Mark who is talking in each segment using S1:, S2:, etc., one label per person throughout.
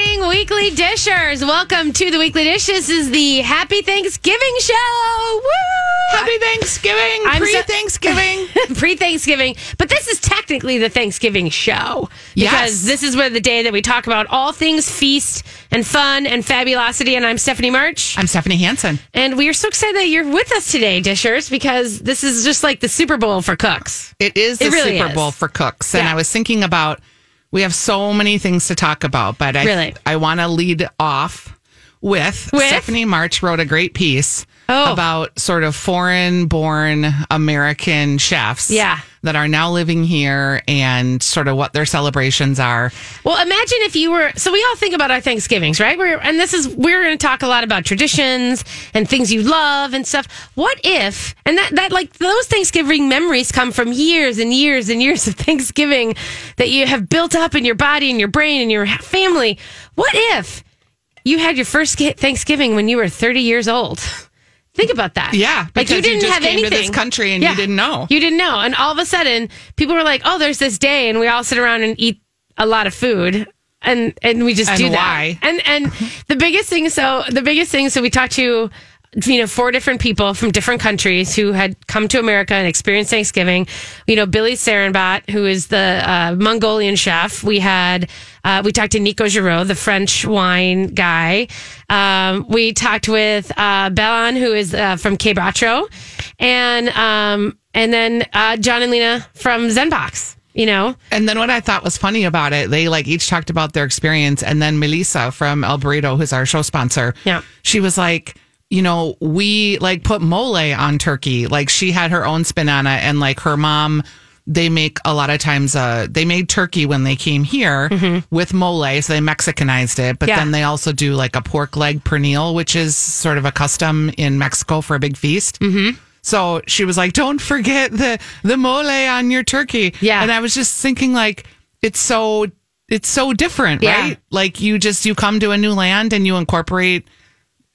S1: Weekly Dishers, welcome to the Weekly Dish. This is the Happy Thanksgiving show. Woo!
S2: Happy Thanksgiving,
S1: I'm so-
S2: pre-Thanksgiving.
S1: Pre Thanksgiving, but this is technically the Thanksgiving show
S2: Yes.
S1: because this is where the day that we talk about all things feast and fun and fabulosity. And I'm Stephanie March,
S2: I'm Stephanie Hansen.
S1: and we are so excited that you're with us today, Dishers, because this is just like the Super Bowl for cooks.
S2: It is the
S1: It really
S2: Super
S1: is.
S2: Bowl for cooks, and
S1: Yeah.
S2: I was thinking about we have so many things to talk about, but I
S1: Really?
S2: I want to lead off with,
S1: With?
S2: Stephanie March wrote a great piece
S1: Oh.
S2: about sort of foreign-born American chefs,
S1: Yeah.
S2: that are now living here and sort of what their celebrations are.
S1: Well, imagine if you were. So we all think about our Thanksgivings, right? We're, and this is we're going to talk a lot about traditions and things you love and stuff. What if? And that that like those Thanksgiving memories come from years and years and years of Thanksgiving that you have built up in your body and your brain and your family. What if you had your first ki- Thanksgiving when you were thirty years old? Think about that.
S2: Yeah,
S1: like you
S2: because you
S1: didn't
S2: just
S1: have
S2: came to
S1: anything
S2: this country and you didn't know.
S1: you didn't know. And all of a sudden, people were like, "Oh, there's this day," and we all sit around and eat a lot of food, and and we just
S2: And
S1: do that.
S2: why?
S1: And and the biggest thing. So the biggest thing. So we talked to you know four different people from different countries who had come to America and experienced Thanksgiving. You know, Billy Sarenbat, who is the uh, Mongolian chef. We had. Uh, we talked to Nico Giraud, the French wine guy. Um, we talked with uh, Belan, who is uh, from Quebracho, and um, and then uh, John and Lena from Zenbox. You know,
S2: And then what I thought was funny about it, they like each talked about their experience. And then Melissa from El Burrito, who's our show sponsor,
S1: Yeah.
S2: she was like, you know, we like put mole on turkey. Like she had her own spin on it, and like her mom. They make a lot of times. Uh, they made turkey when they came here with mole, so they Mexicanized it.
S1: Mm-hmm.
S2: But
S1: Yeah.
S2: then they also do like a pork leg pernil, which is sort of a custom in Mexico for a big feast. Mm-hmm. So she was like, "Don't forget the the mole on your turkey."
S1: Yeah.
S2: and I was just thinking, like, it's so it's so different,
S1: Yeah.
S2: right? Like you just you come to a new land and you incorporate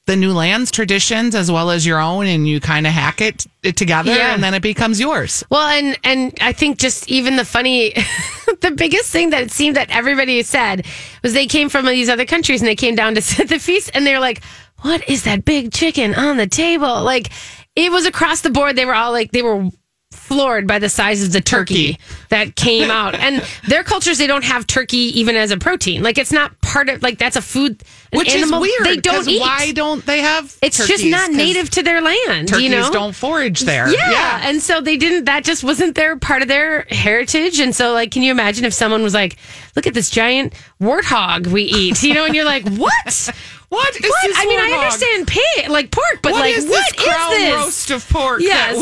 S2: the new land's traditions as well as your own, and you kind of hack it, it together,
S1: Yeah.
S2: and then it becomes yours.
S1: Well, and and I think just even the funny, the biggest thing that it seemed that everybody said was they came from these other countries and they came down to sit at the feast and they're like, "What is that big chicken on the table?" Like, it was across the board. They were all like, they were floored by the size of the turkey,
S2: Turkey.
S1: that came out. and their cultures, they don't have turkey even as a protein. Like, it's not part of like that's a food. an
S2: Which
S1: animal
S2: is weird.
S1: They don't
S2: 'cause
S1: eat.
S2: Why don't they have?
S1: it's just
S2: turkeys?
S1: not
S2: 'Cause
S1: native to their land.
S2: Turkeys
S1: you know?
S2: don't forage there.
S1: Yeah. And so they didn't, that just wasn't their part of their heritage. And so, like, can you imagine if someone was like, look at this giant warthog we eat, you know, and you're like, what?
S2: What is
S1: What?
S2: this
S1: I mean, I
S2: warthog?
S1: understand pig, like pork, but
S2: What
S1: like,
S2: is
S1: what
S2: this crown
S1: is this?
S2: roast of pork
S1: Yes.
S2: that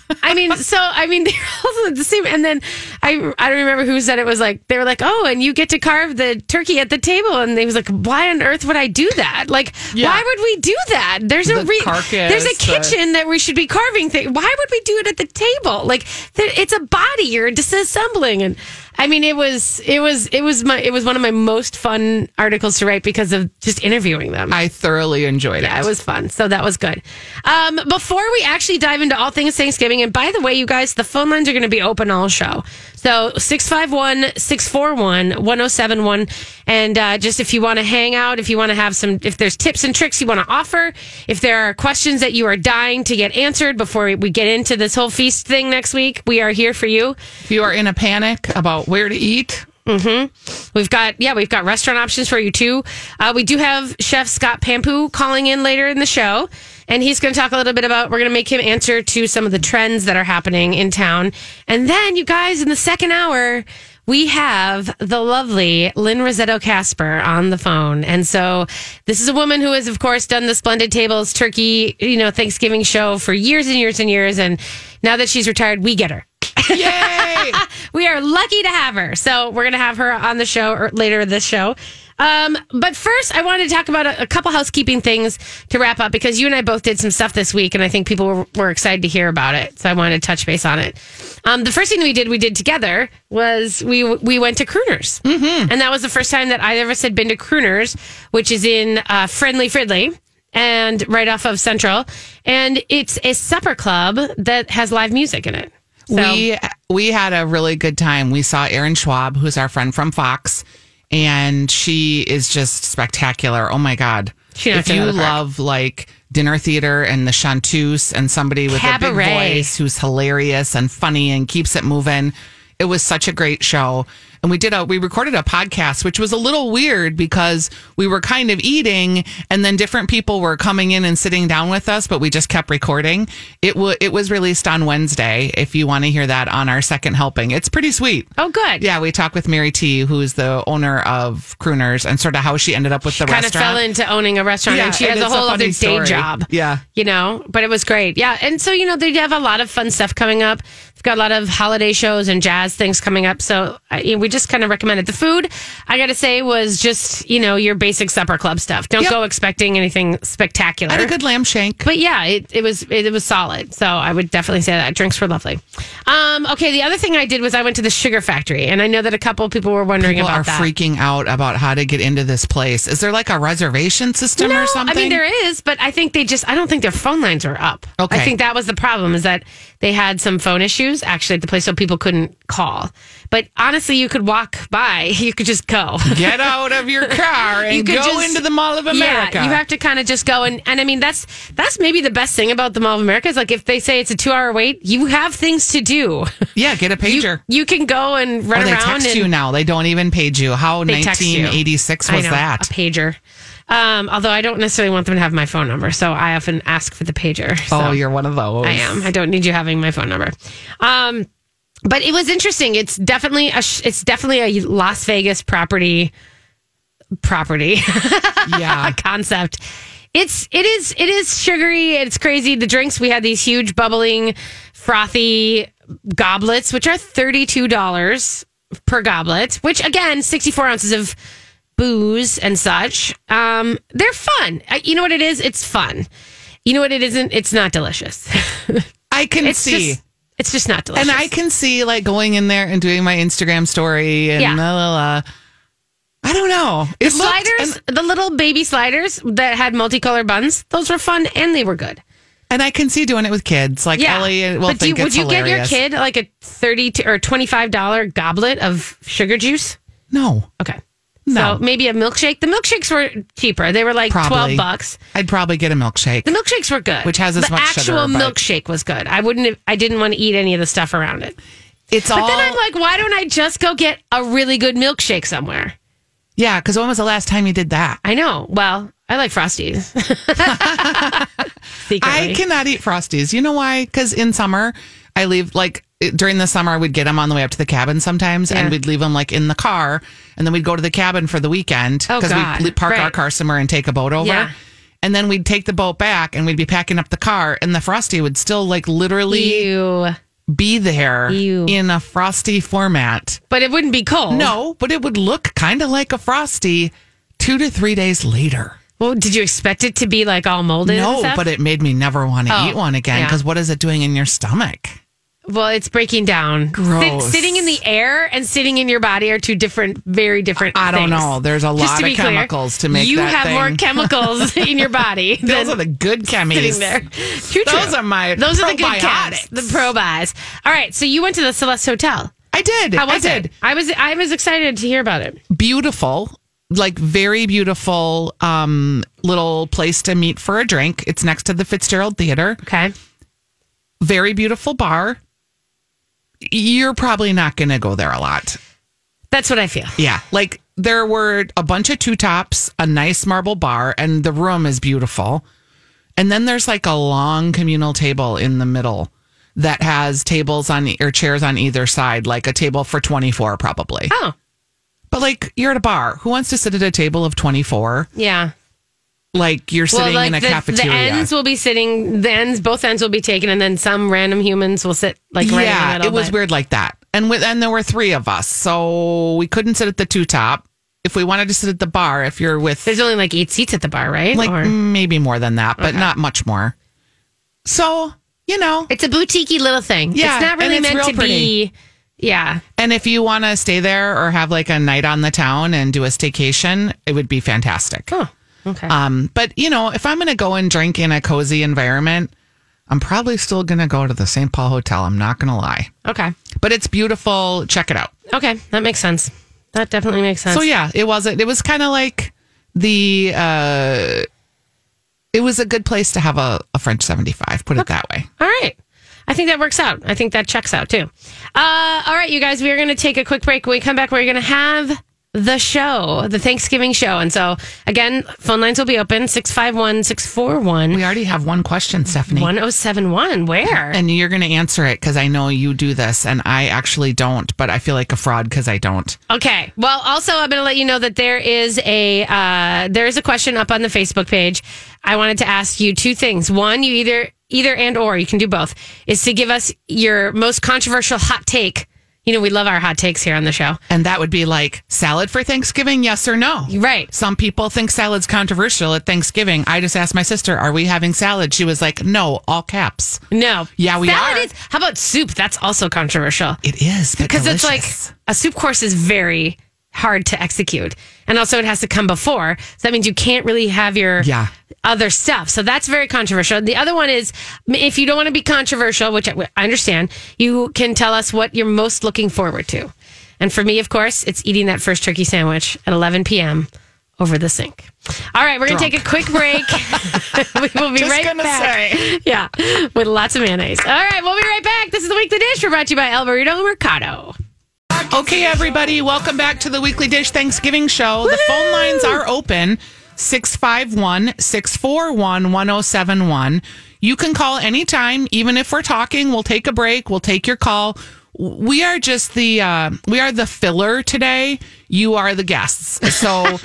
S2: we?
S1: I mean, so I mean, they're also the same. And then I I don't remember who said it was like they were like, oh, and you get to carve the turkey at the table, and they was like, why on earth would I do that? Like,
S2: Yeah.
S1: why would we do that? There's a
S2: The
S1: re-
S2: carcass,
S1: there's a
S2: the-
S1: kitchen that we should be carving things. Why would we do it at the table? Like, there, it's a body you're disassembling, and I mean, it was it was it was my it was one of my most fun articles to write because of just interviewing them.
S2: I thoroughly enjoyed
S1: Yeah, it was fun. So that was good. Um, before we actually dive into all things Thanksgiving, and by the way, you guys, the phone lines are going to be open all show. So 651 641 1071. And uh, just if you want to hang out, if you want to have some, if there's tips and tricks you want to offer, if there are questions that you are dying to get answered before we get into this whole feast thing next week, we are here for you.
S2: If you are in a panic about where to eat,
S1: We've got yeah, we've got restaurant options for you too. Uh, we do have Chef Scott Pampu calling in later in the show, and he's going to talk a little bit about. We're going to make him answer to some of the trends that are happening in town, and then you guys in the second hour. We have the lovely Lynn Rosetto Casper on the phone. And so this is a woman who has, of course, done the Splendid Tables Turkey, you know, Thanksgiving show for years and years and years. And now that she's retired, we get her.
S2: yay!
S1: We are lucky to have her. So we're going to have her on the show or later this show. Um, but first, I wanted to talk about a, a couple housekeeping things to wrap up because you and I both did some stuff this week, and I think people were, were excited to hear about it. So I wanted to touch base on it. Um, the first thing we did, we did together, was we we went to Crooners, mm-hmm. and that was the first time that either of us had been to Crooners, which is in uh, Friendly Fridley and right off of Central, and it's a supper club that has live music in it. So,
S2: we we had a really good time. We saw Aaron Schwab, who's our friend from Fox, and she is just spectacular. Oh my god!
S1: She knocked
S2: if
S1: it out
S2: you
S1: of the park.
S2: love like dinner theater and the chanteuse and somebody with a big
S1: Cabaret.
S2: voice who's hilarious and funny and keeps it moving, it was such a great show. And we did a we recorded a podcast, which was a little weird because we were kind of eating and then different people were coming in and sitting down with us, but we just kept recording. It was it was released on Wednesday. If you want to hear that on our second helping, it's pretty sweet.
S1: Oh, good.
S2: Yeah, we talked with Mary T, who is the owner of Crooners, and sort of how she ended up with the
S1: kind of
S2: restaurant.
S1: fell into owning a restaurant
S2: Yeah,
S1: and she
S2: and
S1: has a
S2: it's a
S1: whole other
S2: funny
S1: day
S2: story.
S1: job.
S2: Yeah.
S1: You know, but it was great. Yeah. And so, you know, they have a lot of fun stuff coming up. They've got a lot of holiday shows and jazz things coming up. So I, you know, we just kind of recommend it. The food, I got to say, was just, you know, your basic supper club stuff. Don't
S2: Yep.
S1: go expecting anything spectacular.
S2: I had a good lamb shank.
S1: but yeah, it, it was it, was solid. So I would definitely say that drinks were lovely. Um, okay, the other thing I did was I went to the sugar factory, and I know that a couple people were wondering
S2: People
S1: about
S2: are
S1: that.
S2: freaking out about how to get into this place. Is there like a reservation system or something?
S1: I mean, there is, but I think they just, I don't think their phone lines are up.
S2: Okay.
S1: I think that was the problem is that they had some phone issues actually at the place, so people couldn't call. But honestly, you could walk by, you could just go.
S2: Get out of your car and
S1: could
S2: go
S1: just-
S2: into the Mall of America.
S1: Yeah, you have to kind of just go and and I mean that's that's maybe the best thing about the Mall of America is like if they say it's a two hour wait, you have things to do.
S2: Yeah, get a pager.
S1: You can go and run
S2: or they
S1: around
S2: text
S1: and
S2: you now. They don't even page you. How
S1: They text you.
S2: 1986 was
S1: I know,
S2: that?
S1: A pager. Um, although I don't necessarily want them to have my phone number, so I often ask for the pager.
S2: Oh,
S1: so.
S2: you're one of those.
S1: I am. I don't need you having my phone number. Um, but it was interesting. It's definitely a sh- it's definitely a Las Vegas property property
S2: Yeah.
S1: concept. It's it is it is sugary. It's crazy. The drinks we had these huge bubbling, frothy goblets, which are thirty two dollars per goblet. Which again, sixty four ounces of booze and such. Um, they're fun. Uh, You know what it is? It's fun. You know what it isn't? It's not delicious.
S2: I can
S1: it's
S2: see.
S1: just it's just not delicious.
S2: and I can see like going in there and doing my Instagram story and
S1: Yeah.
S2: la la la. I don't know. It looked-
S1: sliders,
S2: and,
S1: the little baby sliders that had multicolored buns, those were fun and they were good.
S2: and I can see doing it with kids. Like
S1: Yeah.
S2: Ellie will
S1: but do you,
S2: think
S1: would
S2: it's
S1: you
S2: hilarious.
S1: get your kid like a thirty to, or twenty five dollar goblet of sugar juice?
S2: No,
S1: Okay.
S2: No.
S1: So maybe a milkshake. The milkshakes were cheaper. They were like twelve
S2: Probably.
S1: bucks.
S2: I'd probably get a milkshake.
S1: The milkshakes were good.
S2: Which has as
S1: the
S2: much sugar,
S1: actual
S2: but-
S1: milkshake was good. I wouldn't have, I didn't want to eat any of the stuff around it.
S2: It's
S1: But
S2: all
S1: then I'm like, why don't I just go get a really good milkshake somewhere?
S2: yeah. Because when was the last time you did that?
S1: I know. Well, I like Frosties. Secretly.
S2: I cannot eat Frosties. You know why? Because in summer, I leave like it- during the summer, I would get them on the way up to the cabin sometimes,
S1: Yeah.
S2: and we'd leave them like in the car, and then we'd go to the cabin for the weekend
S1: Oh, God.
S2: we'd li- park our
S1: Right.
S2: car somewhere and take a boat over.
S1: Yeah.
S2: And then we'd take the boat back and we'd be packing up the car, and the Frosty would still like literally
S1: Ew.
S2: be there
S1: Ew.
S2: in a Frosty format.
S1: But it wouldn't be cold.
S2: No, but it would look kind of like a Frosty two to three days later.
S1: Well, did you expect it to be like all molded? and
S2: No,
S1: stuff?
S2: but it made me never want to
S1: Oh,
S2: eat one again
S1: yeah.
S2: because what is it doing in your stomach?
S1: well, it's breaking down.
S2: Gross.
S1: Sit- sitting in the air and sitting in your body are two different, very different.
S2: I don't
S1: things.
S2: know. There's a
S1: Just
S2: lot
S1: to
S2: of
S1: be clear,
S2: chemicals to make
S1: You
S2: that
S1: have more
S2: thing.
S1: chemicals in your body
S2: Those are
S1: than
S2: the good chemies.
S1: sitting there. True,
S2: Those
S1: true.
S2: are my
S1: Those are the good cats,
S2: probiotics.
S1: the probiotics. All right, so you went to the Celeste Hotel.
S2: I did.
S1: How was
S2: I did.
S1: it? I was I was excited to hear about it.
S2: Beautiful, like very beautiful um, little place to meet for a drink. It's next to the Fitzgerald Theater.
S1: Okay.
S2: Very beautiful bar. You're probably not going to go there a lot.
S1: That's what I feel.
S2: Yeah. Like there were a bunch of two tops, a nice marble bar, and the room is beautiful. And then there's like a long communal table in the middle that has tables on e, or chairs on either side, like a table for 24 probably.
S1: Oh,
S2: But like you're at a bar. Who wants to sit at a table of 24?
S1: yeah.
S2: Like you're sitting in a
S1: the,
S2: cafeteria.
S1: The ends will be sitting. The ends, both ends will be taken, and then some random humans will sit like right in the
S2: yeah,
S1: middle.
S2: it was
S1: but-
S2: weird like that. And with and there were three of us, so we couldn't sit at the two top. If we wanted to sit at the bar, if you're with
S1: There's only like eight seats at the bar, right?
S2: like mm.
S1: Or-
S2: maybe more than that, but not much more. So you know,
S1: it's a boutique little thing.
S2: Yeah,
S1: it's not really
S2: and it's
S1: meant
S2: real
S1: to be. Yeah,
S2: and if you want to stay there or have like a night on the town and do a staycation, it would be fantastic.
S1: Oh, okay.
S2: Um, but you know, if I'm going to go and drink in a cozy environment, I'm probably still going to go to the St. Paul Hotel. I'm not going to lie,
S1: okay,
S2: but it's beautiful. Check it out.
S1: okay, that makes sense. That definitely makes sense.
S2: So yeah, it wasn't. It was kind of like the. uh It was a good place to have a, a French seventy five. Put it that way.
S1: All right. I think that works out. I think that checks out too. Uh, all right, you guys, we are going to take a quick break. When we come back, we're going to have the show, the Thanksgiving show. And so, again, phone lines will be open 651 641
S2: We already have one question, Stephanie,
S1: 1071. Where?
S2: and you're going to answer it because I know you do this, and I actually don't, but I feel like a fraud because I don't.
S1: Okay. Well, also, I'm going to let you know that there is a uh, there is a question up on the Facebook page. I wanted to ask you two things. One, you either either and or you can do both is to give us your most controversial hot take. You know, we love our hot takes here on the show.
S2: And that would be like salad for Thanksgiving, yes or no?
S1: Right.
S2: Some people think salad's controversial at Thanksgiving. I just asked my sister, "Are we having salad?" She was like, "No, all caps."
S1: No.
S2: Yeah, we
S1: Salad
S2: are.
S1: Is, how about soup? That's also controversial
S2: It is
S1: because it's like a soup course is very hard to execute, and also it has to come before. So that means you can't really have your
S2: Yeah.
S1: other stuff. So that's very controversial. The other one is if you don't want to be controversial, which I I understand, you can tell us what you're most looking forward to. And for me, of course, it's eating that first turkey sandwich at 11 p.m. over the sink. All right, we're going to
S2: Drunk.
S1: take a quick break. we will be
S2: Just
S1: right
S2: gonna
S1: back.
S2: say.
S1: Yeah, with lots of mayonnaise. All right, we'll be right back. This is the Week the Dish. We're brought to you by El Burrito Mercado.
S2: Okay, everybody, welcome back to the Weekly Dish Thanksgiving Show. The phone lines are open 651 641 1071. You can call anytime, even if we're talking. We'll take a break, we'll take your call. We are just the uh, we are the filler today. You are the guests. So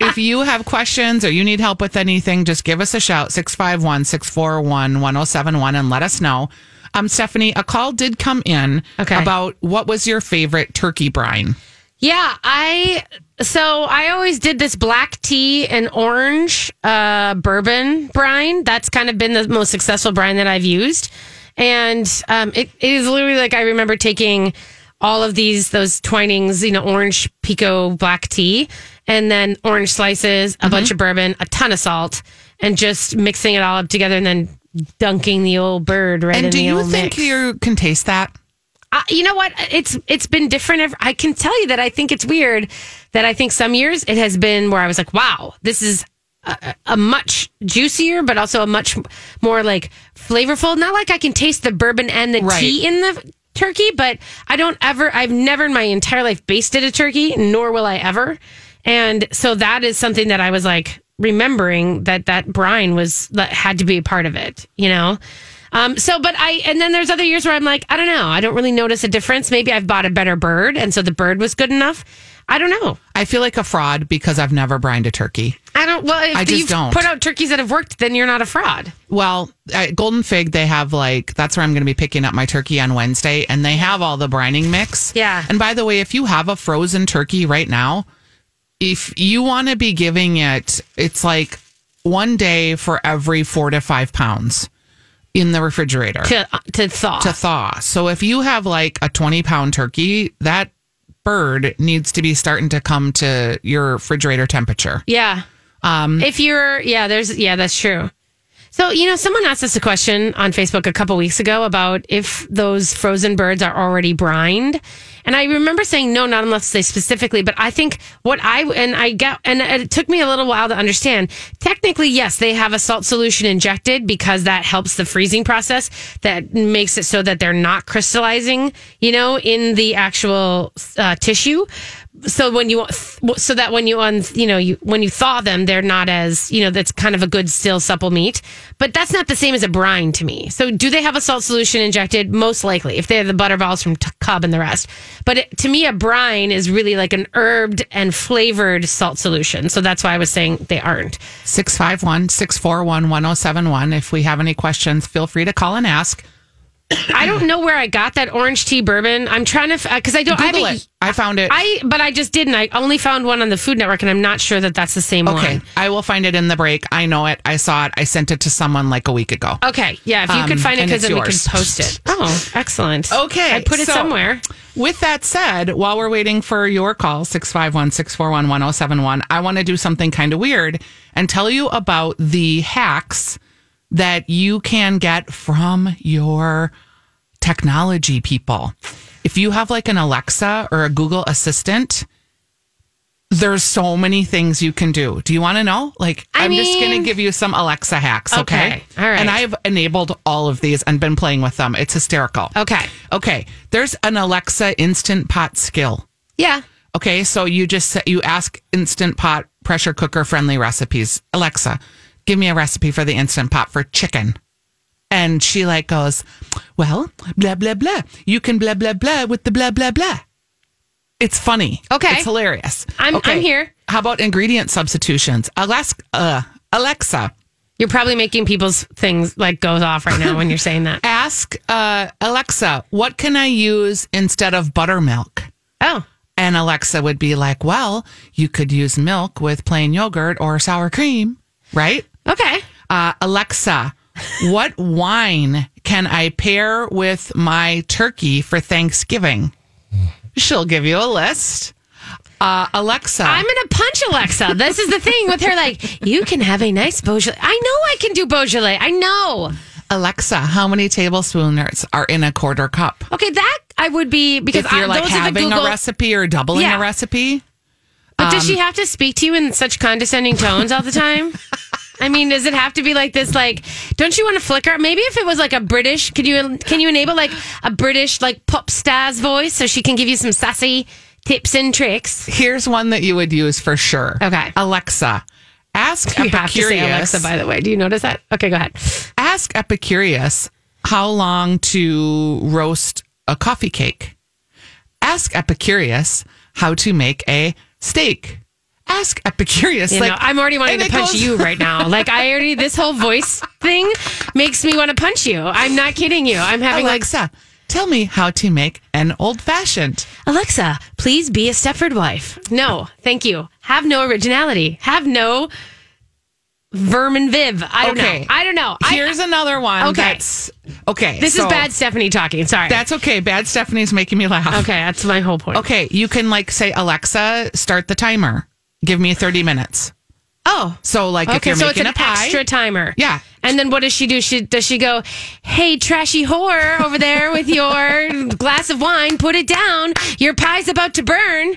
S2: if you have questions or you need help with anything, just give us a shout 651 641 1071 and let us know. Um, Stephanie, a call did come in
S1: Okay.
S2: about about what was your favorite turkey brine?
S1: Yeah, I so I always did this black tea and orange uh, bourbon brine. That's kind of been the most successful brine that I've used, and um, it, it is literally like I remember taking all of these those twinings, you know, orange pico black tea, and then orange slices, a
S2: Mm-hmm.
S1: bunch of bourbon, a ton of salt, and just mixing it all up together, and then dunking the old bird right in
S2: And do
S1: the
S2: you
S1: old
S2: think
S1: mix.
S2: you can taste that?
S1: I, you know what? It's it's been different. ev- I can tell you that I think it's weird that I think some years it has been where I was like, wow, this is a, a much juicier, but also a much more like flavorful. Not like I can taste the bourbon and the
S2: Right.
S1: tea in the turkey, but I don't ever. I've never in my entire life basted a turkey, nor will I ever. And so that is something that I was like remembering that that brine was that had to be a part of it. You know. Um, so, but I, and then there's other years where I'm like, I don't know. I don't really notice a difference. Maybe I've bought a better bird. And so the bird was good enough. I don't know.
S2: I feel like a fraud because I've never brined a turkey.
S1: I don't, well, if
S2: I just
S1: you've
S2: don't.
S1: put out turkeys that have worked, then you're not a fraud.
S2: Well, at Golden Fig, they have like, that's where I'm going to be picking up my turkey on Wednesday, and they have all the brining mix.
S1: Yeah.
S2: And by the way, if you have a frozen turkey right now, if you want to be giving it, it's like one day for every four to five pounds in the refrigerator.
S1: To, uh, to thaw.
S2: to thaw. So if you have like a 20 pound turkey, that bird needs to be starting to come to your refrigerator temperature.
S1: yeah. Um, if you're, yeah, there's, yeah, that's true. So, you know, someone asked us a question on Facebook a couple weeks ago about if those frozen birds are already brined. And I remember saying, no, not unless they specifically, but I think what I, and I got, and it took me a little while to understand. Technically, yes, they have a salt solution injected because that helps the freezing process that makes it so that they're not crystallizing, you know, in the actual uh, tissue. So when you, so that when you, un, you know, you, when you thaw them, they're not as, you know, that's kind of a good, still supple meat. But that's not the same as a brine to me. So do they have a salt solution injected? Most likely, if they're the butterballs from t- Cub and the rest. But it, to me, a brine is really like an herbed and flavored salt solution. So that's why I was saying they aren't.
S2: 651 641 1071. If we have any questions, feel free to call and ask.
S1: I don't know where I got that orange tea bourbon. I'm trying to, because I don't,
S2: Google
S1: I haven't-
S2: it. I found it.
S1: I, but I just didn't. I only found one on the Food Network, and I'm not sure that that's the same
S2: okay.
S1: one.
S2: I will find it in the break. I know it. I saw it. I sent it to someone like a week ago.
S1: Okay, yeah. If you
S2: Um,
S1: could find it,
S2: and
S1: because
S2: it's
S1: then
S2: yours.
S1: we can post it. Oh, excellent.
S2: Okay,
S1: I put it
S2: so-
S1: somewhere.
S2: With that said, while we're waiting for your call, 651 641 1071, I want to do something kind of weird and tell you about the hacks that you can get from your technology people. If you have like an Alexa or a Google Assistant, there's so many things you can do. Do you want to know? Like,
S1: I
S2: I am just going
S1: mean-
S2: to give you some Alexa hacks, okay?
S1: Okay, all right.
S2: And I've enabled all of these and been playing with them. It's hysterical.
S1: Okay.
S2: Okay. There's an Alexa instant pot skill.
S1: Yeah.
S2: Okay, so you just say- you ask instant pot pressure cooker friendly recipes. Alexa, give me a recipe for the instant pot for chicken. And she like goes, "Well, blah blah blah. You can blah blah blah with the blah blah blah." It's funny.
S1: Okay.
S2: It's hilarious.
S1: I'm-
S2: okay.
S1: I'm here.
S2: How about ingredient substitutions? Alexa, uh, Alexa,
S1: You're probably making people's things like goes off right now when you're saying that.
S2: ask uh, Alexa, what can I use instead of buttermilk?
S1: Oh,
S2: And Alexa would be like, well, you could use milk with plain yogurt or sour cream, right?
S1: okay.
S2: Uh, Alexa, what wine can I pair with my turkey for Thanksgiving? She'll give you a list. Uh, Alexa,
S1: I'm gonna punch Alexa. This is the thing with her. Like, you can have a nice Beaujolais. I know I can do Beaujolais. I know.
S2: Alexa, how many tablespoons are in a quarter cup?
S1: Okay, that I would be because
S2: If you're
S1: I,
S2: like
S1: those are the
S2: having
S1: Google.
S2: a recipe or doubling
S1: Yeah.
S2: a recipe,
S1: but does she
S2: Um,
S1: have to speak to you in such condescending tones all the time? I mean, does it have to be like this? Like, don't you want to flicker? Maybe if it was like a British, could you can you enable like a British like pop star's voice so she can give you some sassy tips and tricks?
S2: here's one that you would use for sure.
S1: Okay.
S2: Alexa, ask
S1: You have to say
S2: Epicurious-
S1: Alexa, by the way. Do you notice that? Okay, go ahead.
S2: ask Epicurious how long to roast a coffee cake. Ask Epicurious how to make a steak. Ask Epicurious.
S1: You
S2: like
S1: know, I'm already wanting
S2: and
S1: to
S2: it
S1: punch
S2: goes-
S1: you right now. Like I already, this whole voice thing makes me want to punch you. I'm not kidding you. I'm having like
S2: Alexa, tell me how to make an old fashioned.
S1: Alexa, please be a Stepford wife. No, thank you. Have no originality. Have no vermin viv. I don't
S2: Okay.
S1: know. I don't know. I-
S2: Here's another one.
S1: Okay.
S2: That's, okay.
S1: this
S2: so
S1: is bad Stephanie talking. Sorry.
S2: That's okay. Bad Stephanie's making me laugh.
S1: okay. That's my whole point.
S2: Okay. You can like say, Alexa, start the timer. Give me 30 minutes.
S1: Oh.
S2: So like if
S1: Okay,
S2: you're
S1: so it's
S2: making
S1: an
S2: a pie.
S1: extra timer.
S2: Yeah.
S1: And then what does she do? She does she go, "Hey, trashy whore over there with your glass of wine, put it down. Your pie's about to burn."
S2: No,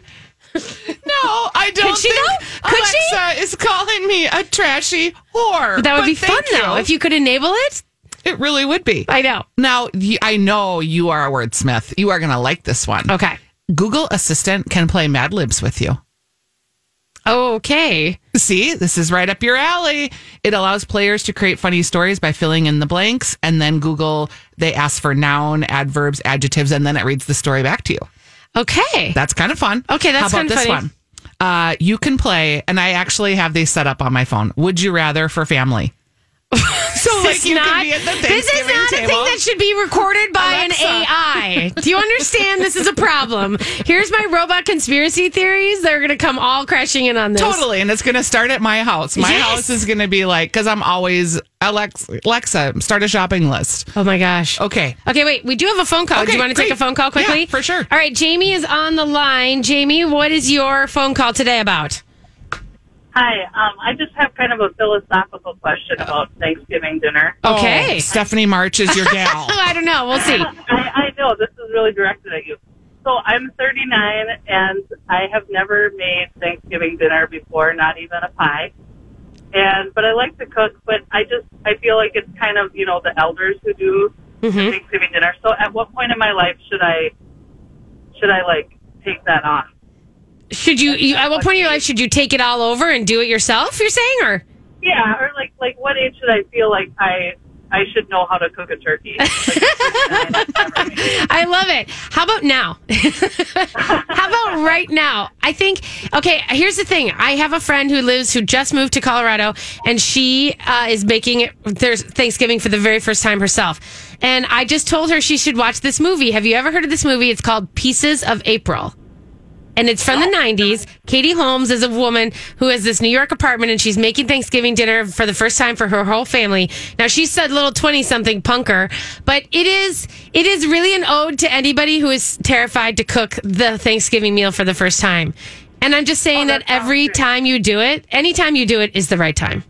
S2: I don't.
S1: Could she
S2: think
S1: though? Could she?
S2: Alexa is calling me a trashy whore.
S1: That would be fun
S2: thank
S1: though if you could enable it.
S2: It really would be.
S1: I know.
S2: Now y- I know you are a wordsmith. You are going to like this one.
S1: Okay.
S2: Google Assistant can play Mad Libs with you.
S1: Okay.
S2: See, this is right up your alley. It allows players to create funny stories by filling in the blanks, and then Google they ask for noun, adverbs, adjectives, and then it reads the story back to you.
S1: Okay.
S2: That's kind of fun.
S1: Okay, that's
S2: How
S1: kinda
S2: about this
S1: funny.
S2: one? Uh, you can play, and I actually have these set up on my phone. Would you rather for family? so
S1: This is not- This is not a thing that should be recorded by
S2: Alexa.
S1: an AI. Do you understand? this is a problem. Here's my robot conspiracy theories. They're going to come all crashing in on this.
S2: Totally, and it's going to start at my house. My
S1: Yes.
S2: house is going to be like because I'm always Alexa, Alexa, start a shopping list.
S1: Oh my gosh.
S2: Okay,
S1: Okay, wait. We do have a phone call. do
S2: Okay,
S1: you want to take
S2: great.
S1: a phone call quickly?
S2: Yeah, for sure.
S1: All right, Jamie is on the line. Jamie, what is your phone call today about?
S3: Hi, um, I just have kind of a philosophical question about Thanksgiving dinner.
S1: Okay.
S2: Oh, Stephanie March is your gal.
S1: Oh, I don't know. We'll see.
S3: I, I know this is really directed at you. So I'm 39 and I have never made Thanksgiving dinner before, not even a pie. And but I like to cook, but I just I feel like it's kind of you know the elders who do the Thanksgiving dinner. So at what point in my life should I should I like take that on?
S1: Should you, you at what point in your life should you take it all over and do it yourself, you're saying or
S3: Yeah, or like like what age should I feel like I I should know how to cook a turkey? Like, I've never made it.
S1: I love it. How about now? How about right now? I think, okay, here's the thing. I have a friend who lives, who just moved to Colorado, and she uh, is making it, there's Thanksgiving for the very first time herself. And I just told her she should watch this movie. Have you ever heard of this movie? It's called Pieces of April. And it's from the 90s. Katie Holmes is a woman who has this New York apartment and she's making Thanksgiving dinner for the first time for her whole family. Now she said little 20 something punker, but it is, it is really an ode to anybody who is terrified to cook the Thanksgiving meal for the first time. And I'm just saying
S3: Oh,
S1: that,
S3: that sounds
S1: every
S3: great.
S1: time you do it, anytime you do it is the right time.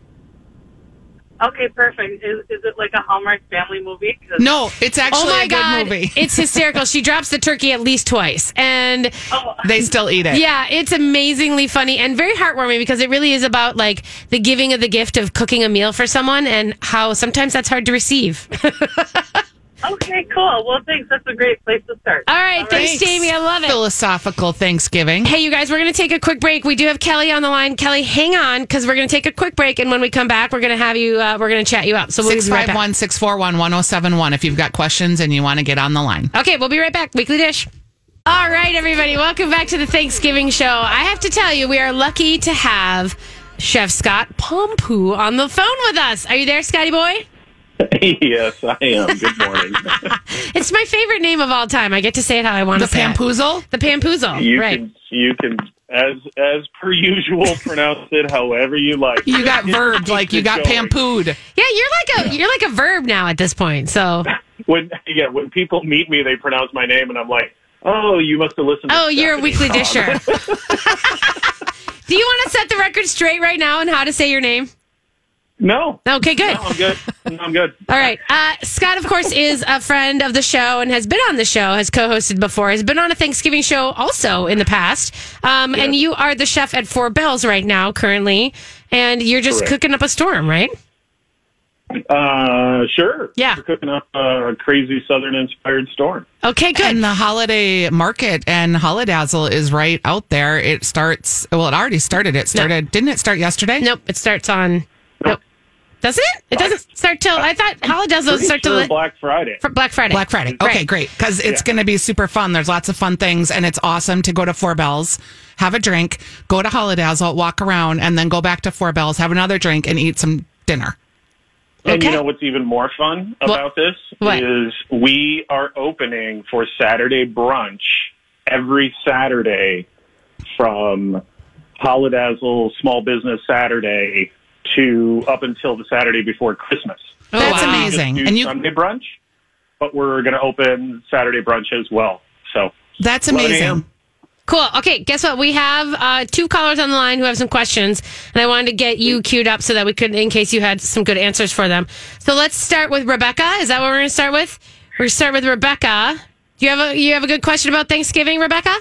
S3: Okay, perfect. Is, is it like a Hallmark family movie? 'Cause-
S2: No, it's actually
S1: oh my
S2: a good
S1: god,
S2: movie.
S1: it's hysterical. she drops the turkey at least twice, and
S3: Oh,
S2: they still eat it.
S1: Yeah, it's amazingly funny and very heartwarming because it really is about like the giving of the gift of cooking a meal for someone and how sometimes that's hard to receive.
S3: okay, cool. Well, thanks. That's a great place to start.
S1: All right, thanks,
S2: Thanks.
S1: Jamie. I love it.
S2: Philosophical Thanksgiving.
S1: Hey, you guys, we're going to take a quick break. We do have Kelly on the line. Kelly, hang on because we're going to take a quick break, and when we come back, we're going to have you. Uh, we're going to chat you up. So we'll
S2: Six
S1: be right
S2: five
S1: back.
S2: one six four one one zero seven one. If you've got questions and you want to get on the line,
S1: Okay, we'll be right back. Weekly Dish. All right, everybody, welcome back to the Thanksgiving show. I have to tell you, we are lucky to have Chef Scott Pompoo on the phone with us. Are you there, Scotty boy?
S4: yes, I am. Good morning.
S1: It's my favorite name of all time. I get to say it how I want
S2: the
S1: to say it.
S2: Pampoozle.
S1: The Pampoozle.
S4: you
S1: right.
S4: can you can as as per usual pronounce it however you like.
S2: You got verbed like you got
S4: Going.
S2: pampooed.
S1: Yeah, you're like a you're like a verb now at this point. So
S4: When yeah, when people meet me, they pronounce my name, and I'm like, oh, you must have listened. to
S1: Oh, you're a
S4: Stephanie
S1: weekly
S4: Cobb."
S1: disher. Do you want to set the record straight right now on how to say your name?
S4: No, no,
S1: Okay, good.
S4: I'm good. No, I'm good.
S1: All right. Uh, Scott, of course, is a friend of the show and has been on the show, has co hosted before, has been on a Thanksgiving show also in the past. Um, And you are the chef at Four Bells right now, currently. And you're just
S4: Correct.
S1: cooking up a storm, right?
S4: Uh, sure.
S1: Yeah.
S4: We're cooking up a crazy southern-inspired storm.
S1: Okay, good.
S2: And the holiday market and holidazzle is right out there. It starts. Well, it already started. It started. Didn't it start yesterday?
S1: Nope, it starts on. Nope. Does it? It doesn't start till. I thought holidays don't
S4: Pretty
S1: start till
S4: sure
S1: the-
S4: Black Friday.
S1: for Black Friday.
S2: Black Friday. Okay,
S1: Right.
S2: great. Because it's
S4: Yeah.
S2: going to be super fun. There's lots of fun things, and it's awesome to go to Four Bells, have a drink, go to Holidazzle, walk around, and then go back to Four Bells, have another drink, and eat some dinner.
S4: And
S1: Okay.
S4: you know what's even more fun about this
S1: What?
S4: is we are opening for Saturday brunch every Saturday from Holidazzle Small Business Saturday to up until the Saturday before Christmas.
S1: Oh,
S2: That's
S1: wow.
S4: Just
S2: amazing.
S4: do
S2: And you,
S4: Sunday brunch, but we're going to open Saturday brunch as well. So
S2: that's
S4: 11
S2: amazing.
S4: a.m.
S1: Cool. Okay, guess what? We have uh, two callers on the line who have some questions, and I wanted to get you queued up so that we could, in case you had some good answers for them. So let's start with Rebecca. Is that what we're going to start with? We're going to start with Rebecca. Do you have a you have a good question about Thanksgiving, Rebecca?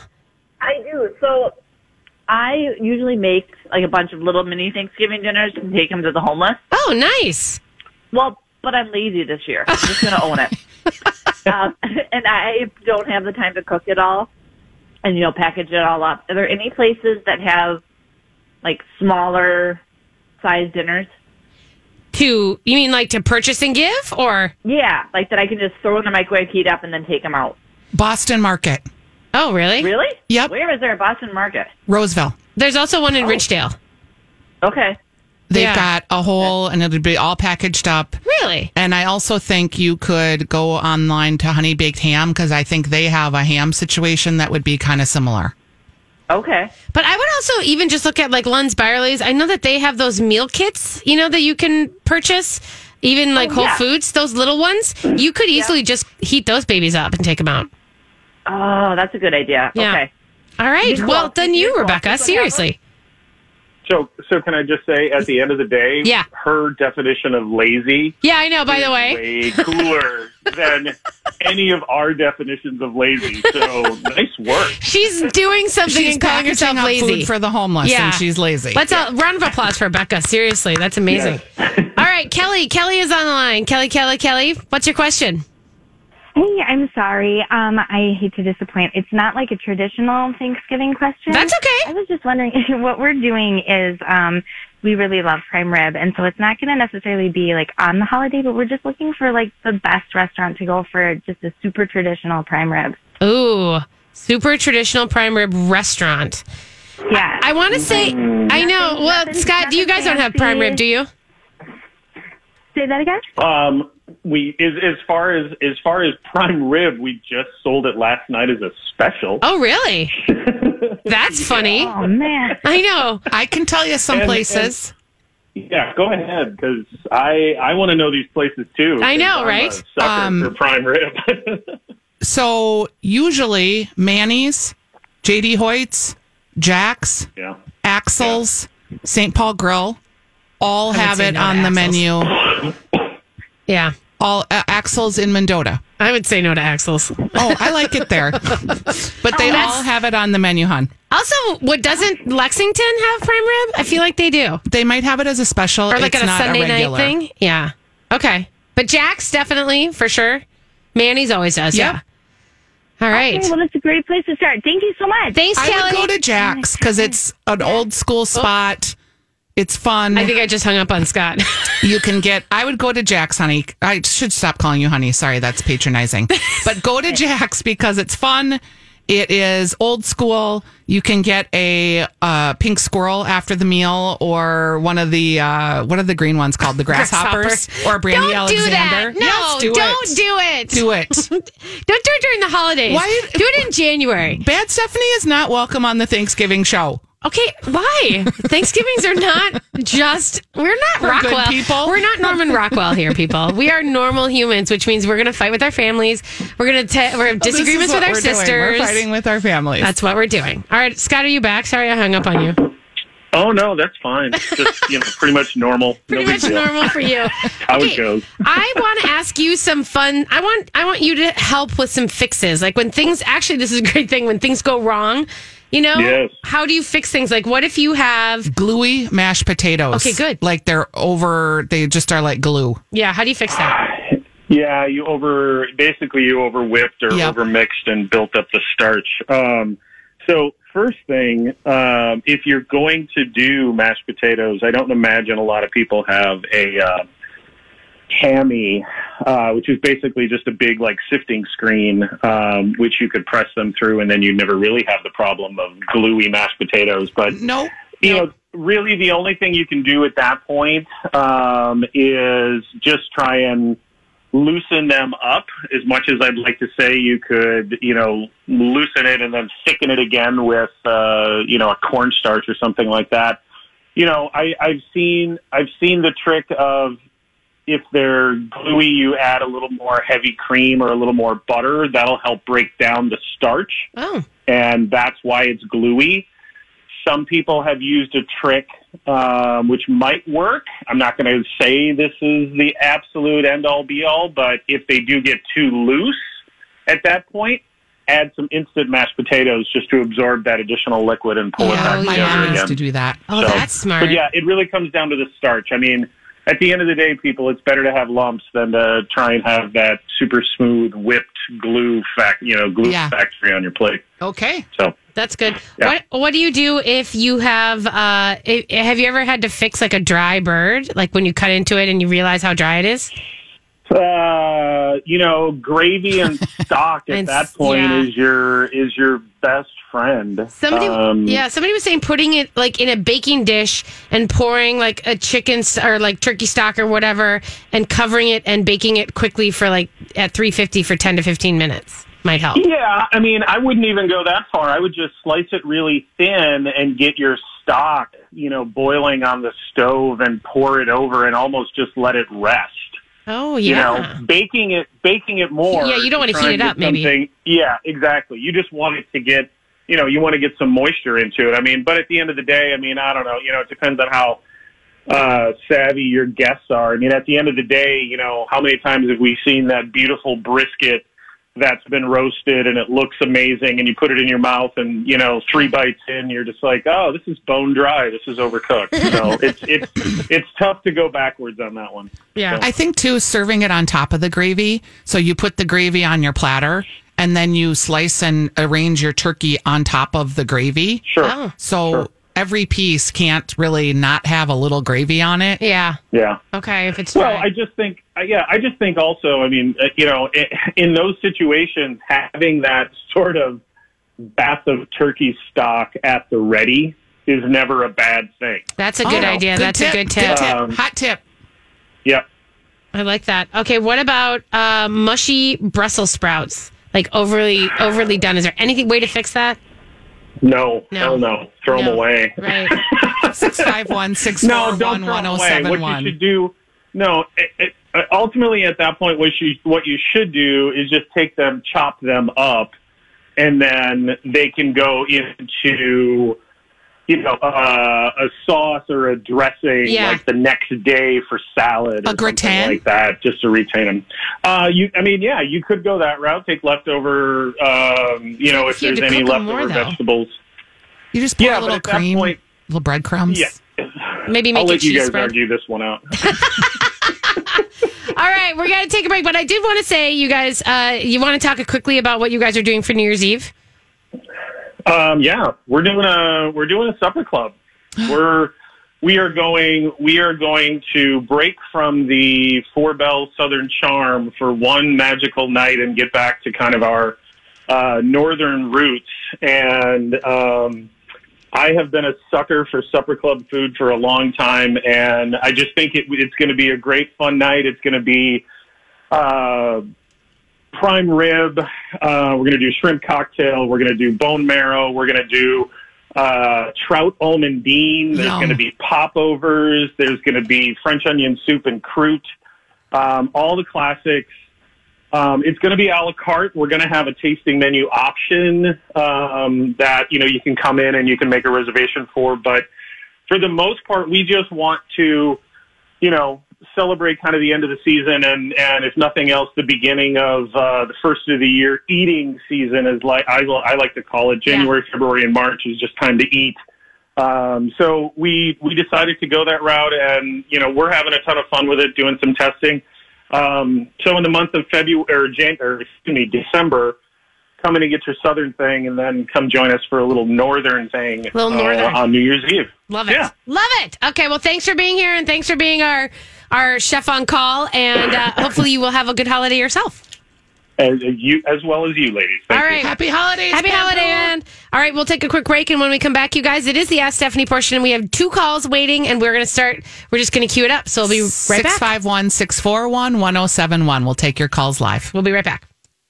S5: I do. So I usually make like a bunch of little mini Thanksgiving dinners and take them to the homeless.
S1: Oh, nice.
S5: Well, but I'm lazy this year. I'm just going to own it. um, and I don't have the time to cook it all and, you know, package it all up. Are there any places that have like smaller size dinners?
S1: To you mean like to purchase and give, or
S5: Yeah, like that I can just throw in the microwave, heat up, and then take them out.
S2: Boston Market,
S1: oh really?
S5: Really?
S2: Yep.
S5: Where is there a Boston market?
S2: Roseville.
S1: There's also one in Ridgedale.
S5: Okay.
S2: They've
S1: Yeah.
S2: got a whole, and it'll be all packaged up.
S1: Really?
S2: And I also think you could go online to Honey Baked Ham because I think they have a ham situation that would be kind of similar.
S5: Okay.
S1: But I would also even just look at like Lund's Barley's. I know that they have those meal kits, you know, that you can purchase. Even like
S5: Oh,
S1: Whole
S5: yeah.
S1: Foods, those little ones, you could easily just heat those babies up and take them out.
S5: Oh, that's a good idea.
S1: Yeah.
S5: Okay.
S1: All right.
S5: You're
S1: well,
S5: welcome.
S1: then you,
S5: You're welcome.
S1: Rebecca.
S5: Whatever.
S1: Seriously.
S4: So, so can I just say, at the end of the day,
S1: Yeah.
S4: her definition of lazy
S1: Yeah, I know, by the way.
S4: way cooler than any of our definitions of lazy. So nice work.
S1: She's doing something
S2: She's
S1: and calling herself
S2: packaging up
S1: lazy.
S2: food for the homeless,
S1: Yeah.
S2: and she's lazy.
S1: Let's a round of applause for Rebecca. Seriously. That's amazing. All right. Kelly. Kelly is on the line. Kelly, Kelly, Kelly. What's your question?
S6: Hey, I'm sorry. Um, I hate to disappoint. It's not like a traditional Thanksgiving question.
S1: That's okay.
S6: I was just wondering what we're doing is um, we really love prime rib, and so it's not going to necessarily be like on the holiday, but we're just looking for like the best restaurant to go for just a super traditional prime rib.
S1: Ooh, super traditional prime rib restaurant.
S6: Yeah.
S1: I want to say, I know. Well,
S6: nothing-
S1: Scott, do you guys
S6: nothing
S1: don't have prime
S6: fancy.
S1: rib, do you?
S6: Say that again.
S4: Um, we as, as far as as far as prime rib, we just sold it last night as a special.
S1: Oh, really? That's funny.
S6: Oh man.
S1: I know.
S2: I can tell you some
S4: And-
S2: places.
S4: Yeah, go ahead because I I want to know these places too.
S1: I know,
S4: 'cause I'm
S1: right? Um,
S4: a sucker for prime rib.
S2: so usually Manny's, JD Hoyt's, Jack's,
S4: yeah.
S2: Axel's, St. Paul Grill all have
S1: seen
S2: it
S1: no
S2: on the
S1: Axel's.
S2: menu
S1: Yeah.
S2: All uh, Axel's in Mendota.
S1: I would say no to Axel's.
S2: Oh, I like it there. but
S1: Oh,
S2: they all have it on the menu, hon.
S1: Also, what doesn't Lexington have prime rib? I feel like they do.
S2: They might have it as a special
S1: Or like
S2: it's
S1: on a
S2: not
S1: Sunday night
S2: regular.
S1: thing. Yeah. Okay. But Jack's definitely for sure. Manny's always does.
S2: Yep.
S1: Yeah. All right.
S6: Okay, well, that's a great place to start. Thank you so much.
S1: Thanks,
S2: I would
S1: Kelly. Oh.
S2: go to Jack's because it's an old school spot. It's fun.
S1: I think I just hung up on Scott.
S2: you can get. I would go to Jack's, honey. I should stop calling you honey. Sorry, that's patronizing. but go to Jack's because it's fun. It is old school. You can get a uh, pink squirrel after the meal, or one of the uh, what are the green ones called? The grasshoppers, or Brandy
S1: don't
S2: Alexander.
S1: Do that. No,
S2: Yes, do
S1: not
S2: it.
S1: do it.
S2: Do it.
S1: Don't do it during the holidays.
S2: Why-
S1: Do it in January.
S2: Bad Stephanie is not welcome on the Thanksgiving show.
S1: Okay, why? Thanksgivings are not just we're not
S2: We're good
S1: Rockwell
S2: people.
S1: We're not Norman Rockwell here, people. We are normal humans, which means we're going to fight with our families. We're going to te- we're gonna have
S2: This is
S1: disagreements
S2: what
S1: with our
S2: we're doing.
S1: sisters.
S2: We're fighting with our families.
S1: That's what we're doing. All right, Scott, are you back? Sorry, I hung up on you.
S4: Oh no, that's fine. Just you know, pretty much normal.
S1: Pretty
S4: no big
S1: much
S4: deal.
S1: normal for you.
S4: How it goes.
S1: I want to ask you some fun. I want I want you to help with some fixes. Like when things actually this is a great thing when things go wrong, you know?
S4: Yes.
S1: How do you fix things? Like what if you have
S2: gluey mashed potatoes.
S1: Okay, good.
S2: Like they're over, they just are like glue.
S1: Yeah, how do you fix that?
S4: Yeah, you over basically you over whipped or
S2: Yep.
S4: over mixed and built up the starch. Um, so first thing, um, if you're going to do mashed potatoes, I don't imagine a lot of people have a uh, hammy, uh, which is basically just a big like sifting screen, um, which you could press them through, and then you never really have the problem of gluey mashed potatoes. But
S2: Nope.
S4: you know, really the only thing you can do at that point um, is just try and loosen them up as much as I'd like to say you could, you know, loosen it and then thicken it again with, uh, you know, a cornstarch or something like that. You know, I, I've seen I've seen the trick of if they're gluey, you add a little more heavy cream or a little more butter. That'll help break down the starch
S1: Oh.
S4: and that's why it's gluey. Some people have used a trick um, which might work. I'm not going to say this is the absolute end all be all, but if they do get too loose at that point, add some instant mashed potatoes just to absorb that additional liquid and pull
S1: Yeah,
S4: it
S2: my mom
S4: back together
S2: used to
S4: again.
S2: do that.
S1: Oh,
S4: So-
S1: that's smart.
S4: But yeah, it really comes down to the starch. I mean, at the end of the day, people, it's better to have lumps than to try and have that super smooth whipped glue fact, you know, glue
S2: Yeah.
S4: factory on your plate.
S2: Okay.
S4: So.
S1: That's good.
S4: Yeah.
S1: What What do you do if you have? Uh, i have you ever had to fix like a dry bird? Like when you cut into it and you realize how dry it is.
S4: Uh, you know, gravy and stock at
S1: And s-
S4: that point
S1: yeah.
S4: is your is your best friend.
S1: Somebody,
S4: Um,
S1: yeah, somebody was saying putting it like in a baking dish and pouring like a chicken s- or like turkey stock or whatever, and covering it and baking it quickly for like at three fifty for ten to fifteen minutes might help.
S4: Yeah, I mean, I wouldn't even go that far. I would just slice it really thin and get your stock, you know, boiling on the stove and pour it over and almost just let it rest.
S1: Oh
S4: You
S1: yeah,
S4: know, baking it baking it more.
S1: Yeah, you don't wanna
S4: try
S1: heat
S4: and
S1: it
S4: get
S1: up, maybe.
S4: something- Yeah, exactly. You just want it to get, you know, you want to get some moisture into it. I mean, but at the end of the day, I mean, I don't know. You know, it depends on how uh, savvy your guests are. I mean, at the end of the day, you know, how many times have we seen that beautiful brisket that's been roasted and it looks amazing and you put it in your mouth and, you know, three bites in, you're just like, oh, this is bone dry. This is overcooked. So it's, it's, it's tough to go backwards on that one.
S1: yeah.
S2: I think too, serving it on top of the gravy. So you put the gravy on your platter and then you slice and arrange your turkey on top of the gravy.
S4: Sure.
S1: Oh.
S2: So every piece can't really not have a little gravy on it.
S1: yeah.
S4: Yeah.
S1: Okay, if it's
S4: Well,
S1: dry.
S4: I just think, uh, yeah, I just think also, I mean, uh, you know, i in those situations, having that sort of bath of turkey stock at the ready is never a bad thing.
S1: that's a good
S2: Oh,
S1: idea. That's a good tip.
S4: Um,
S2: Hot tip.
S4: Yep.
S1: I like that. Okay, what about uh, mushy Brussels sprouts? Like overly overly done. Is there anything way to fix that?
S4: No,
S1: No.
S4: hell no. Throw
S1: No.
S4: them away.
S1: Right.
S2: Six five one six
S4: No,
S2: four
S4: don't
S2: one
S4: throw
S2: one zero
S4: them away.
S2: seven
S4: What you
S2: one.
S4: should do, no, it, it, uh, ultimately at that point, what you, what you should do is just take them, chop them up, and then they can go into, you know, uh, a sauce or a dressing
S1: Yeah.
S4: like the next day for salad,
S2: A
S4: or
S2: gratin?
S4: something like that, just to retain them. Uh, you, I mean, yeah, you could go that route. Take leftover, um, you know, if
S1: You had
S4: there's
S1: to
S4: any
S1: cook 'em more,
S4: leftover
S1: though.
S4: vegetables.
S2: You just pour
S4: Yeah,
S2: a
S4: but
S2: little
S4: at that
S2: cream,
S4: point-
S2: little breadcrumbs.
S4: Yeah,
S1: Maybe
S4: I'll
S1: make a
S4: let you
S1: cheese
S4: guys
S1: spread.
S4: argue this one out.
S1: All right, we're gonna take a break, but I did want to say, you guys, uh, you want to talk quickly about what you guys are doing for New Year's Eve?
S4: Um, yeah, we're doing a we're doing a supper club. we're we are going we are going to break from the four bell southern charm for one magical night and get back to kind of our uh, northern roots. And um, I have been a sucker for supper club food for a long time, and I just think it, it's going to be a great fun night. It's going to be. Uh, prime rib. Uh, we're going to do shrimp cocktail. We're going to do bone marrow. We're going to do uh, trout almondine. There's
S2: Yum.
S4: going to be popovers. There's going to be French onion soup and croute. Um, all the classics. Um, it's going to be a la carte. We're going to have a tasting menu option um, that you know you can come in and you can make a reservation for. But for the most part, we just want to you know, celebrate kind of the end of the season and, and if nothing else, the beginning of uh, the first of the year eating season is like I, li- I like to call it January, February, and March is just time to eat. Um, so we we decided to go that route, and you know we're having a ton of fun with it, doing some testing. Um, so in the month of February or, Jan- or excuse me December, come in and get your southern thing, and then come join us for a little northern thing
S1: Little
S4: uh,
S1: northern.
S4: on New Year's Eve.
S1: Love it.
S4: Yeah.
S1: Love it. Okay, well, thanks for being here and thanks for being our our chef on call. And uh, hopefully, you will have a good holiday yourself.
S4: As, you as well as you ladies. Thank
S1: All
S4: you.
S1: right.
S2: Happy holidays.
S1: Happy
S2: Pam.
S1: holiday, and all right, we'll take a quick break, and when we come back, you guys, it is the Ask Stephanie portion, and we have two calls waiting, and we're gonna start. We're just gonna queue it up, so we'll be right back.
S2: 651 641 1071. We'll take your calls live.
S1: We'll be right back.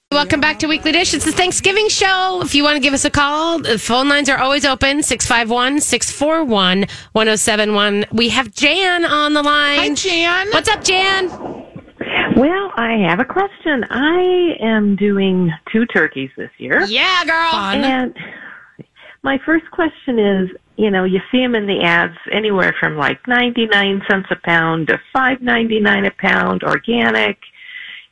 S1: Welcome back to Weekly Dish. It's the Thanksgiving show. If you want to give us a call, the phone lines are always open 651 641 1071. We have Jan on the
S2: Hi,
S1: line.
S2: Jan.
S1: What's up, Jan?
S7: Well, I have a question. I am doing two turkeys this year.
S1: Yeah, girl.
S7: And my first question is, you know, you see them in the ads anywhere from like 99 cents a pound to 5.99 a pound organic,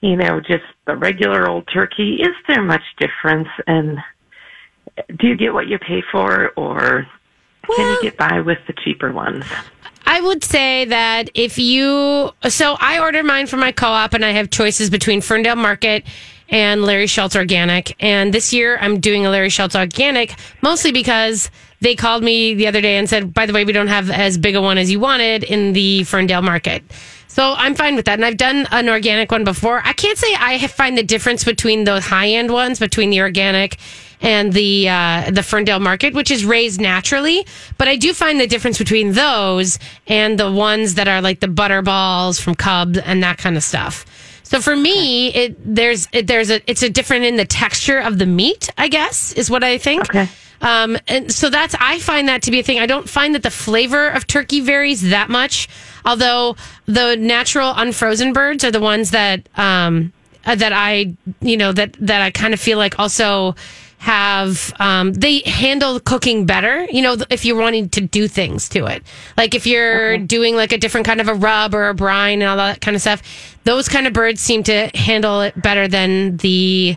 S7: you know, just the regular old turkey. Is there much difference and do you get what you pay for or can you
S1: Well-
S7: get by with the cheaper ones?
S1: I would say that if you, so I order mine from my co op and I have choices between Ferndale Market and Larry Schultz Organic. And this year I'm doing a Larry Schultz Organic mostly because they called me the other day and said, by the way, we don't have as big a one as you wanted in the Ferndale Market. So I'm fine with that. And I've done an organic one before. I can't say I have- find the difference between those high end ones, between the organic and the uh, the Ferndale market, which is raised naturally. But I do find the difference between those and the ones that are like the butter balls from Cubs and that kind of stuff. So for me, it there's it, there's a it's a different in the texture of the meat, I guess, is what I think.
S7: Okay.
S1: Um, and so that's I find that to be a thing. I don't find that the flavor of turkey varies that much, although the natural unfrozen birds are the ones that um, uh, that I you know that that I kind of feel like also have um, they handle cooking better. You know, th- if you're wanting to do things to it, like if you're doing like a different kind of a rub or a brine and all that kind of stuff, those kind of birds seem to handle it better than the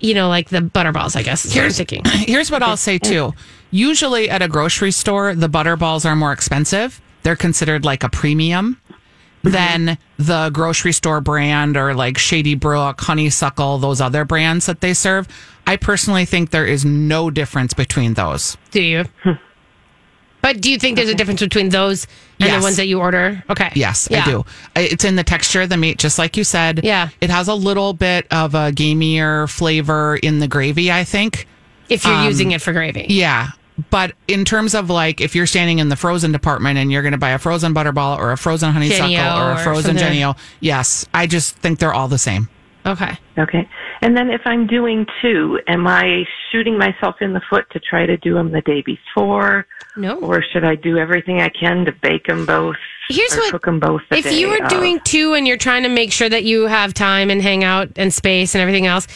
S1: you know like the butterballs. I guess is what I'm thinking.
S2: Here's what I'll say too. Usually at a grocery store, the butter balls are more expensive. They're considered like a premium than the grocery store brand or like Shady Brook, Honeysuckle, those other brands that they serve. I personally think there is no difference between those.
S1: Do you?
S2: Hmm.
S1: but do you think there's a difference between those and
S2: Yes.
S1: the ones that you order? Okay.
S2: Yes,
S1: Yeah.
S2: I do. I- It's in the texture of the meat, just like you said.
S1: Yeah.
S2: It has a little bit of a gamier flavor in the gravy, I think.
S1: If
S2: Um,
S1: you're using it for gravy.
S2: Yeah. But in terms of like, if you're standing in the frozen department and you're going to buy a frozen butterball or a frozen honeysuckle
S1: Jenny-O
S2: or a
S1: or
S2: frozen
S1: something.
S2: Genio, yes, I just think they're all the same.
S1: Okay.
S7: Okay. And then if I'm doing two, am I shooting myself in the foot to try to do them the day before?
S1: No.
S7: Or should I do everything I can to bake them both?
S1: Here's
S7: or
S1: what-
S7: cook them both. the
S1: if you
S7: day
S1: were
S7: of?
S1: doing two and you're trying to make sure that you have time and hang out and space and everything else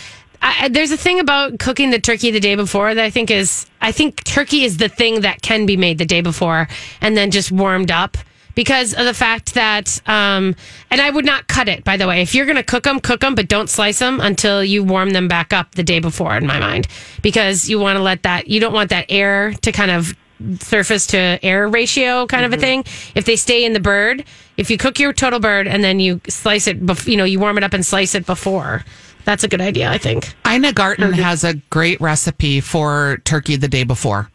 S1: I, I- there's a thing about cooking the turkey the day before that I think is I think turkey is the thing that can be made the day before and then just warmed up because of the fact that um and I would not cut it by the way if you're going to cook them cook them but don't slice them until you warm them back up the day before in my mind because you want to let that you don't want that air to kind of surface to air ratio kind of a thing. If they stay in the bird, if you cook your total bird and then you slice it, bef- you know, you warm it up and slice it before, that's a good idea, I think.
S2: Ina Garten has a great recipe for turkey the day before.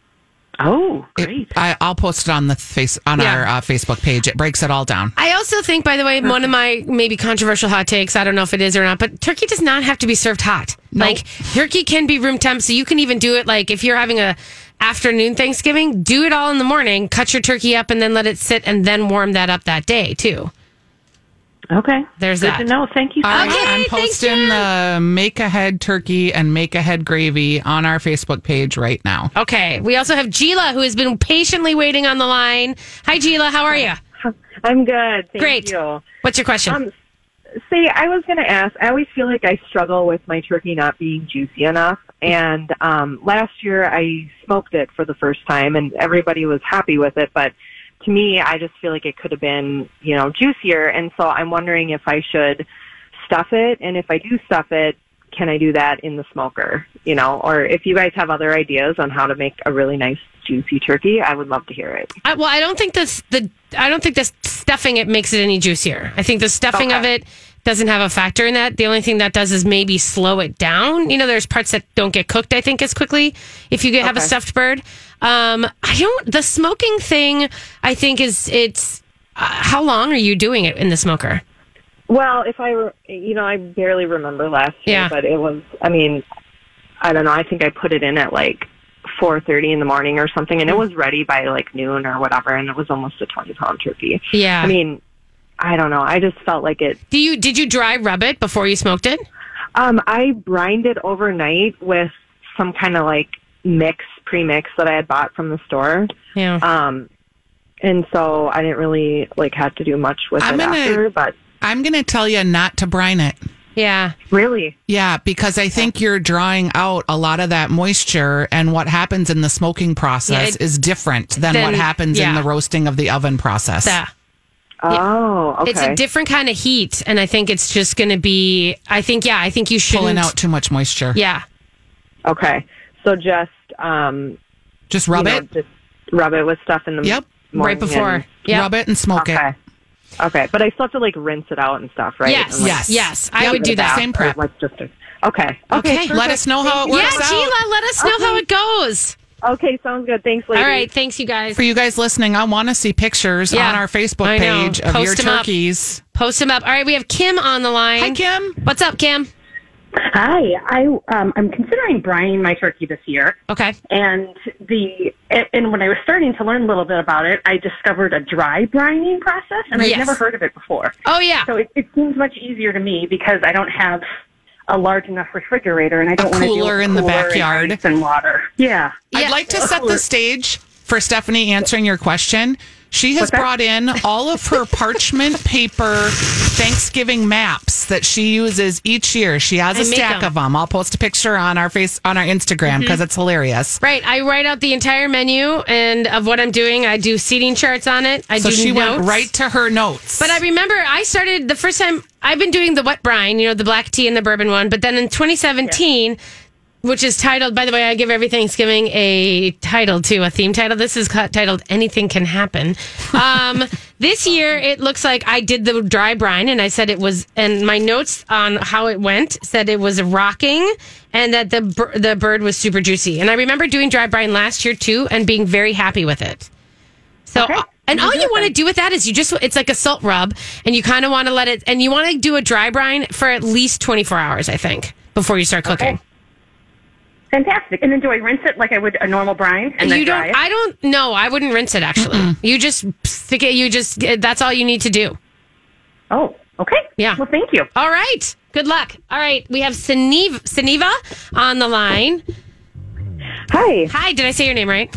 S5: Oh,
S2: It-
S5: great.
S2: I, I'll post it on the face on
S1: Yeah.
S2: our uh, Facebook page. It breaks it all down.
S1: I also think, by the way, one of my maybe controversial hot takes, I don't know if it is or not, but turkey does not have to be served hot. Like turkey can be room temp, so you can even do it like if you're having a afternoon Thanksgiving, do it all in the morning, cut your turkey up and then let it sit and then warm that up that day too.
S7: Okay.
S1: There's
S7: Good
S1: that.
S7: to know. Thank you. so
S2: All right,
S7: much.
S1: Okay,
S2: I'm
S1: thanks,
S2: posting the make ahead turkey and make ahead gravy on our Facebook page right now.
S1: Okay. We also have Gila, who has been patiently waiting on the line. Hi, Gila. How are you?
S8: I'm good. Thank
S1: Great.
S8: you.
S1: What's your question?
S8: Um, See, I was going to ask. I always feel like I struggle with my turkey not being juicy enough. And um, last year, I smoked it for the first time, and everybody was happy with it. But to me, I just feel like it could have been, you know, juicier. And so I'm wondering if I should stuff it, and if I do stuff it, can I do that in the smoker? You know, or if you guys have other ideas on how to make a really nice juicy turkey, I would love to hear it.
S1: I, well, I don't think this, the I don't think this stuffing it makes it any juicier. I think the stuffing of it doesn't have a factor in that. The only thing that does is maybe slow it down. You know, there's parts that don't get cooked. I think as quickly if you get, have a stuffed bird. Um, I don't. The smoking thing, I think, is it's. Uh, how long are you doing it in the smoker?
S8: Well, if I, re- you know, I barely remember last year,
S1: Yeah.
S8: but it was. I mean, I don't know. I think I put it in at like four thirty in the morning or something, and it was ready by like noon or whatever, and it was almost a twenty pound turkey.
S1: Yeah.
S8: I mean, I don't know. I just felt like it.
S1: do you did you dry rub it before you smoked it?
S8: Um, I brined it overnight with some kind of like mix pre-mix that I had bought from the store.
S1: Yeah.
S8: Um, and so I didn't really like have to do much with
S2: I'm
S8: it
S2: gonna-
S8: after, but
S2: I'm going to tell you not to brine it.
S1: yeah.
S8: really,
S2: Yeah, because I think you're drawing out a lot of that moisture, and what happens in the smoking process
S1: Yeah, it-
S2: is different than
S1: Then-
S2: what happens in
S1: yeah.
S2: the roasting of the oven process.
S1: Yeah.
S8: oh, okay.
S1: It's a different kind of heat, and I think it's just going to be. I think, yeah, I think you shouldn't.
S2: Pulling out too much moisture.
S1: Yeah,
S8: Okay. So just um
S2: Just rub
S8: you know,
S2: it,
S8: just rub it with stuff in the
S2: Yep.
S1: right
S8: morning
S1: before.
S8: and-
S1: Yeah.
S2: rub it, and smoke it.
S8: okay. Okay. But I still have to like rinse it out and stuff, right?
S1: Yes,
S8: And, like,
S1: yes, yes. I
S2: Yep.
S1: would do that.
S2: Same prep.
S8: Or, like just a, okay. Okay.
S1: Okay.
S2: Let us know how it
S1: Yeah,
S2: works out. Uh-huh.
S1: Gila, let us know how it goes.
S8: Okay, sounds good. Thanks, ladies.
S1: All right, thanks, you guys.
S2: For you guys listening, I want to see pictures
S1: Yeah.
S2: on our
S1: I
S2: Facebook
S1: know.
S2: page of
S1: Post
S2: your
S1: 'em up.
S2: turkeys.
S1: Post them up. All right, we have Kim on the line.
S2: Hi, Kim.
S1: What's up, Kim?
S9: Hi, I um, I'm considering brining my turkey this year,
S1: Okay.
S9: and the and when I was starting to learn a little bit about it, I discovered a dry brining process, and
S1: Yes.
S9: I'd never heard of it before.
S1: Oh yeah.
S9: So it, it seems much easier to me because I don't have a large enough refrigerator, and I don't want to
S2: cooler in the backyard.
S9: and, ice and water. Yeah.
S1: Yeah.
S2: I'd like to set the stage for Stephanie answering your question. She has brought in all of her parchment paper Thanksgiving maps that she uses each year. She has
S1: I
S2: a
S1: make Mm-hmm.
S2: stack of
S1: 'em.
S2: of them. I'll post a picture on our face on our Instagram because it's hilarious.
S1: Right, I write out the entire menu and of what I'm doing. I do seating charts on it. I
S2: So
S1: do
S2: she
S1: notes.
S2: went right to her notes.
S1: But I remember I started the first time I've been doing the wet brine, you know, the black tea and the bourbon one. But then in 2017, which is titled, by the way, I give every Thanksgiving a title to a theme title. This is ca- titled Anything Can Happen. Um, this year, it looks like I did the dry brine and I said it was, and my notes on how it went said it was rocking and that the, bir- the bird was super juicy. And I remember doing dry brine last year too and being very happy with it. So, and all you want to do with that is you just, it's like a salt rub and you kind of want to let it, and you want to do a dry brine for at least 24 hours, I think, before you start cooking.
S9: Fantastic. And then do I rinse it like I would a normal brine? And then
S1: you
S9: dry
S1: don't,
S9: it?
S1: I don't, no, I wouldn't rinse it actually. You just stick it, you just, eh, that's all you need to do.
S9: oh, okay.
S1: Yeah.
S9: Well, thank you.
S1: All right. Good luck. All right. We have Suniva, Suniva on the line.
S8: Hi.
S1: Hi. Did I say your name right?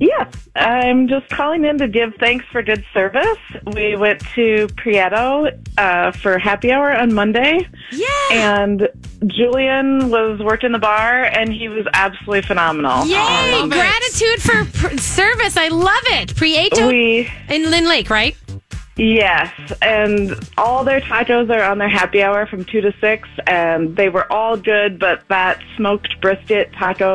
S8: Yes, I'm just calling in to give thanks for good service. We went to Prieto uh, for happy hour on Monday.
S1: Yeah.
S8: And Julian was working the bar, and he was absolutely phenomenal.
S1: Yay!
S10: love it.
S1: Gratitude for pr- service. I love it. Prieto
S8: We
S1: in Lynn Lake, right?
S8: yes, and all their tacos are on their happy hour from two to six, and they were all good. But that smoked brisket taco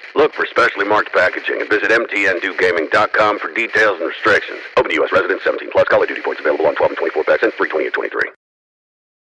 S3: Look for specially marked packaging and visit mtndewgaming.com for details and restrictions. Open to U.S. residents 17 plus. Call of Duty points available on 12 and 24 packs and free 20 and 23.